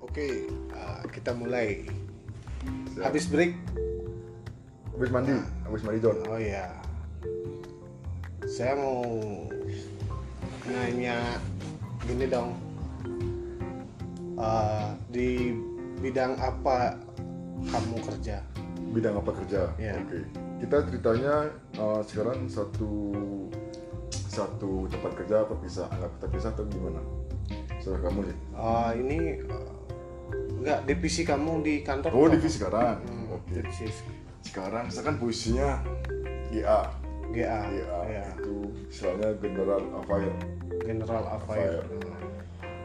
Oke, ah, kita mulai. Habis break. Habis mandi, habis mandi John. Oh ya. Saya mau nanya gini dong. Ah, di bidang apa kamu kerja? Bidang apa kerja? Iya. Oke. Kita ceritanya eh, sekarang satu satu tempat kerja terpisah, nggak terpisah atau gimana? Soal kamu nih. Ah, ini ah, enggak divisi kamu di kantor? Oh apa? divisi sekarang. Hmm, Oke. divisi Sekarang saya kan posisinya GA. GA. GA ya. itu istilahnya General Afire. General Affair. Affair. Hmm.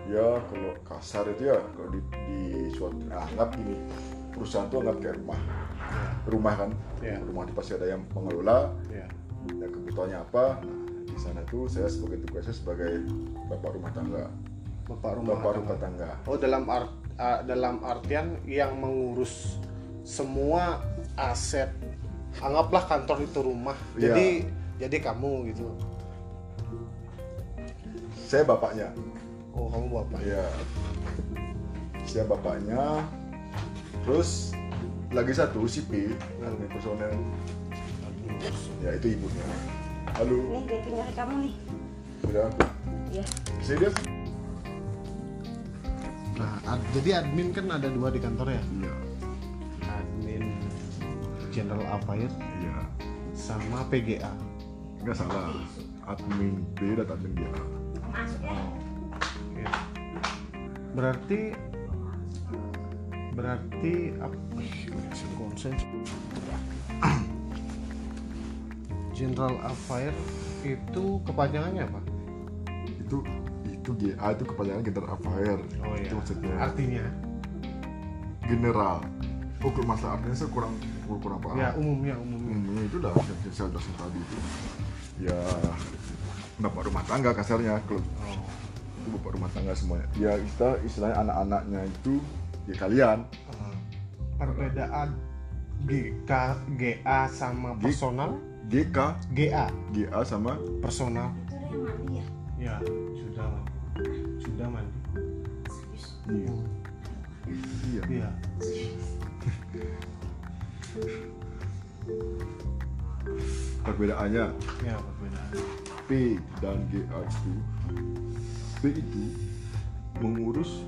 Ya kalau kasar itu ya kalau di, di suatu anggap ini perusahaan tuh anggap kayak rumah rumah kan Iya. rumah itu pasti ada yang mengelola Ya. dan kebutuhannya apa Nah, di sana tuh saya sebagai tugasnya sebagai bapak rumah tangga Bapak rumah bapak tangga. rumah tangga Oh dalam art ah, dalam artian yang mengurus semua aset anggaplah kantor itu rumah Iya. jadi jadi kamu gitu saya bapaknya oh kamu bapak ya saya bapaknya terus lagi satu si P yang personel ya itu ibunya lalu Nih, datingnya kamu nih. udah Ya. saya dia nah ad- jadi admin kan ada dua di kantor ya iya admin General Affair iya sama PGA nggak salah admin B dan admin G Masuk ya. Iya. berarti berarti ap- Ih, langsung konsen General Affair itu kepanjangannya apa? itu itu GA itu kepanjangan General Affair Oh, iya. itu maksudnya Artinya? general oh ke- masalah artinya saya kurang kurang, kurang paham Ya umumnya umumnya. Hmm, itu udah yang yang saya jelasin tadi itu ya bapak rumah tangga kasarnya kalau Oh. itu bapak rumah tangga semuanya ya kita istilahnya anak-anaknya itu ya kalian Uh, perbedaan GK, GA sama G- personal, GK GA GA sama personal. Itu udah yang mandi Ya ya. sudah mandi. Sudah mandi. Serius. iya iya Iya. perbedaannya Ya perbedaan. P dan GA itu P itu mengurus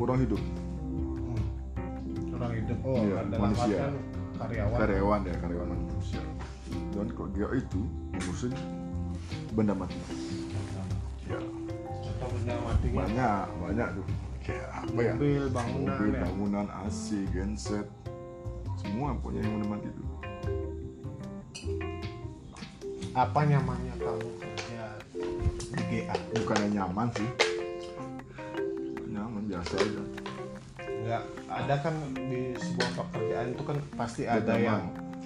orang hidup Hmm. Orang hidup. Oh Iya, dalam manusia. artian karyawan. karyawan ya karyawan manusia dan kalau GA itu mengurusin benda mati ya Contoh benda matinya. banyak banyak tuh kayak apa ya Mobil, bangunan, mobil ya. bangunan AC genset semua pokoknya yang benda mati itu Apa nyamannya kamu kerja di GA? bukannya nyaman sih nyaman biasa aja Enggak ada kan di sebuah pekerjaan itu kan pasti Ada ada nyaman. yang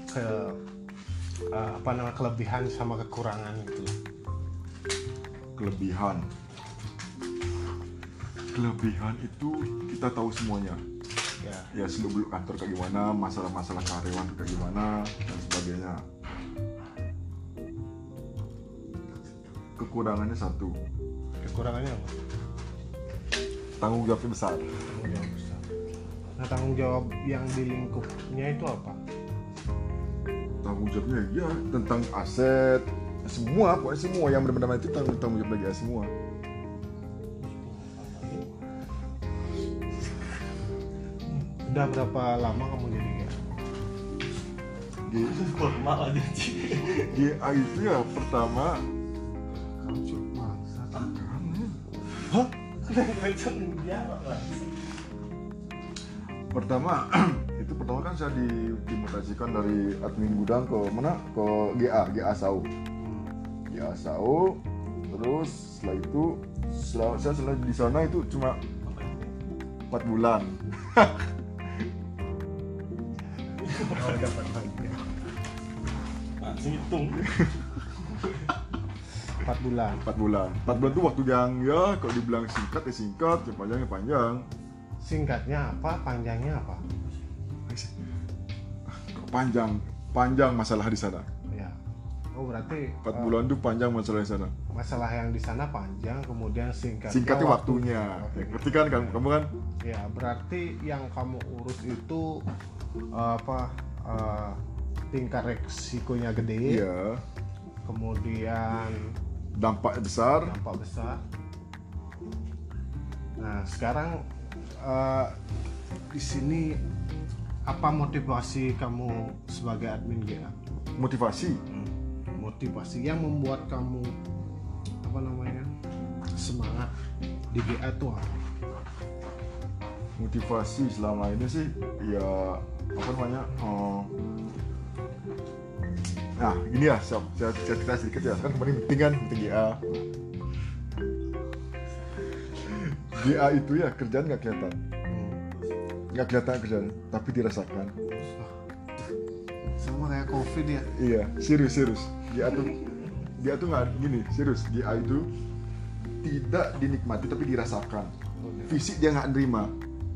ke eh, apa namanya kelebihan sama kekurangan gitu. kelebihan kelebihan itu kita tahu semuanya Ya. ya sebelum kantor kayak gimana masalah-masalah karyawan kayak gimana dan sebagainya kekurangannya satu kekurangannya apa? tanggung jawabnya besar Tanggung jawab besar. Nah tanggung jawab yang di lingkupnya itu apa? tanggung jawabnya ya tentang aset semua pokoknya semua yang benar-benar itu tanggung tanggung jawab bagi semua Udah berapa lama kamu jadi ya? G- Kurma aja sih. GA itu ya pertama Kamu cuma satu. Hah? Kenapa itu penjara lah? pertama itu pertama kan saya di, dimutasikan dari admin gudang ke mana ke GA GA Sau GA Sau terus setelah itu setelah, saya setelah di sana itu cuma empat bulan Langsung hitung. Empat bulan. empat bulan empat bulan itu waktu yang ya kalau dibilang singkat ya singkat yang panjang ya panjang Singkatnya apa? Panjangnya apa? panjang panjang masalah di sana Ya. Oh berarti Empat eh, bulan itu panjang masalahnya sana. masalah yang di sana panjang kemudian singkatnya Singkatnya waktunya. Ya, ngerti kan kamu, kamu kan? Ya, berarti yang kamu urus itu eh, apa eh, tingkat resikonya gede, Iya. kemudian Dampaknya besar. dampak besar. Nah, sekarang eh, di sini apa motivasi kamu sebagai admin GA? Motivasi. Motivasi yang membuat kamu apa namanya semangat di GA itu apa? Motivasi selama ini sih ya apa namanya? eh, Nah, ini ya, saya, saya, saya cerita sedikit ya. Kan kemarin meeting kan, meeting GA. GA itu ya kerjaan nggak kelihatan, Hmm. nggak kelihatan kerjaan, tapi dirasakan. Sama kayak COVID ya. Iya, serius serius. Dia tuh dia tuh nggak gini, serius. Dia itu tidak dinikmati tapi dirasakan. Fisik dia nggak nerima,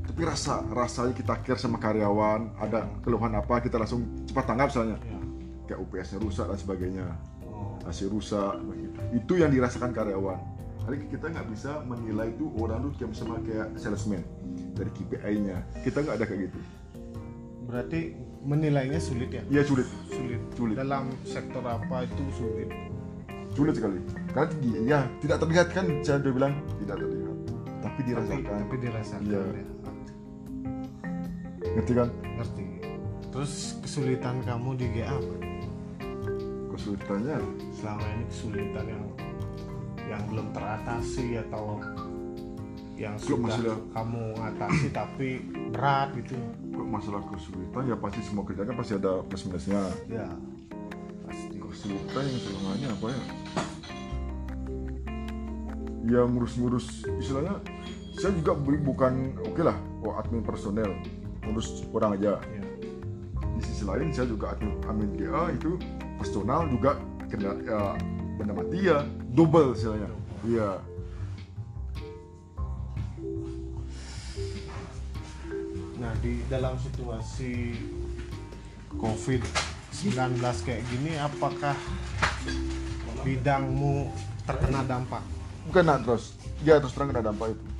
tapi rasa rasanya kita care sama karyawan, ada keluhan apa kita langsung cepat tanggap misalnya. Ya. Kayak UPS-nya rusak dan sebagainya, Oh. AC rusak. Itu yang dirasakan karyawan. Jadi kita nggak bisa menilai itu orang tuh kayak sama kayak salesman dari KPI-nya. Kita nggak ada kayak gitu. Berarti menilainya sulit ya? Iya sulit, Sulit. Sulit. Dalam sektor apa itu sulit? sulit sekali karena tinggi ya tidak terlihat kan saya udah bilang tidak terlihat tapi Tapi, dirasakan tapi dirasakan Iya. ya. ngerti kan Ngerti. Terus kesulitan kamu di GA apa? kesulitannya Selama ini kesulitan yang yang belum teratasi atau yang Belum sudah masalah. kamu atasi tapi berat gitu kok masalah kesulitan ya pasti semua kerjaan kan pasti ada plus minusnya ya pasti kesulitan yang selamanya apa ya ya ngurus-ngurus istilahnya saya juga bu- bukan oke lah oh, admin personel ngurus orang aja ya di sisi lain saya juga admin, admin GA itu personal juga kena ya, benda mati ya double istilahnya iya nah di dalam situasi covid 19 kayak gini apakah bidangmu terkena dampak bukan nak terus dia terus terang kena dampak itu